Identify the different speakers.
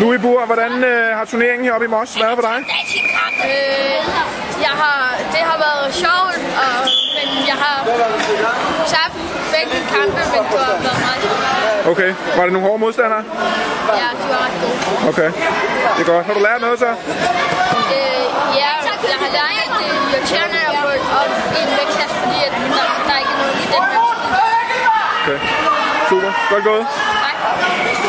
Speaker 1: Nu i bur, hvordan øh, har turneringen heroppe i Mos været for dig?
Speaker 2: Øh, jeg har, det har været sjovt, og, men jeg har tabt begge kampe, men det har været meget sjovt.
Speaker 1: Okay. Var det nogle hårde modstandere?
Speaker 2: Ja, de var ret gode.
Speaker 1: Okay. Det er godt. Har du lært noget så?
Speaker 2: Øh, ja, jeg har lært, at det er irriterende at få op i en vægtklasse, fordi at der, der er ikke er nogen i den vægtklasse.
Speaker 1: Okay. Super. Godt gået.
Speaker 2: Tak.